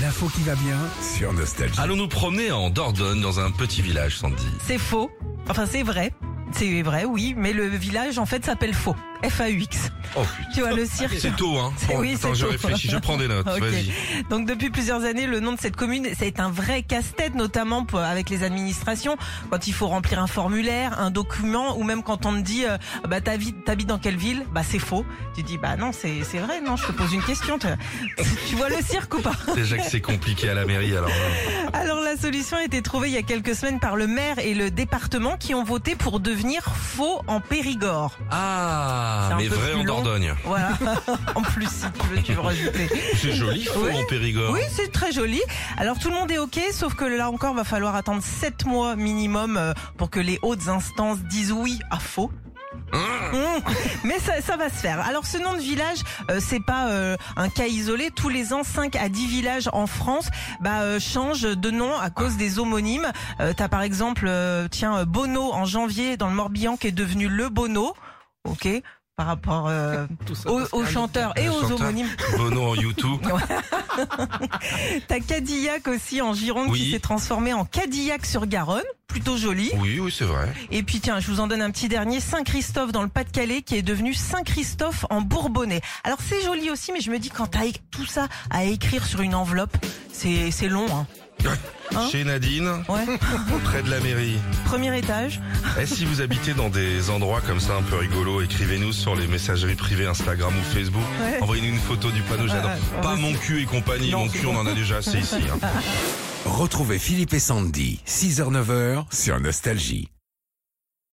L'info qui va bien sur Nostalgie. Allons nous promener en Dordogne dans un petit village, Sandy. C'est faux. Enfin, c'est vrai. C'est vrai, oui, mais le village en fait s'appelle Faux. F-A-U-X. Oh putain. Tu vois, le cirque. C'est tôt, hein C'est- oui, Attends, c'est je tôt. réfléchis, je prends des notes, Ok. vas-y. Donc depuis plusieurs années, le nom de cette commune, c'est un vrai casse-tête, notamment pour- avec les administrations, quand il faut remplir un formulaire, un document, ou même quand on te dit, euh, bah t'habites t'habites dans quelle ville Bah c'est faux. Tu dis, bah non, c'est c'est vrai, non, je te pose une question. Tu, tu vois le cirque ou pas Déjà que c'est compliqué à la mairie, alors... hein. là. Alors la solution a été trouvée il y a quelques semaines par le maire et le département qui ont voté pour devenir faux en Périgord. Ah, C'est un mais peu vrai plus en long. Dordogne. Voilà. en plus, si tu veux, tu veux rajouter. C'est joli, faux Ouais. en Périgord. Oui, c'est très joli. Alors tout le monde est OK, sauf que là encore, va falloir attendre 7 mois minimum euh, pour que les hautes instances disent oui à faux. Hein Mmh. Mais ça, ça va se faire. Alors ce nom de village, euh, c'est pas euh, un cas isolé. Tous les ans, 5 à 10 villages en France bah, euh, changent de nom à cause des homonymes. Euh, T'as par exemple, euh, tiens, euh, Bono en janvier dans le Morbihan qui est devenu Le Bono. OK par rapport euh, aux, aux chanteurs et Le aux chanteur. homonymes. Bono en YouTube. T'as Cadillac aussi en Gironde Oui. Oh. qui s'est transformé en Cadillac sur Garonne, plutôt joli. Oui, oui, c'est vrai. Et puis tiens, je vous en donne un petit dernier, Saint-Christophe dans le Pas-de-Calais qui est devenu Saint-Christophe en Bourbonnais. Alors c'est joli aussi, mais je me dis quand t'as éc- tout ça à écrire sur une enveloppe, c'est c'est long. Hein. Hein Chez Nadine, Ouais, près de la mairie. premier étage. Et si vous habitez dans des endroits comme ça un peu rigolos, écrivez-nous sur les messageries privées Instagram ou Facebook. Ouais. Envoyez-nous une photo du panneau, j'adore. ouais, Pas ouais, mon cul et compagnie, Non, mon c'est cul on en a déjà assez ici. hein. Retrouvez Philippe et Sandy, 6h-9h sur Nostalgie.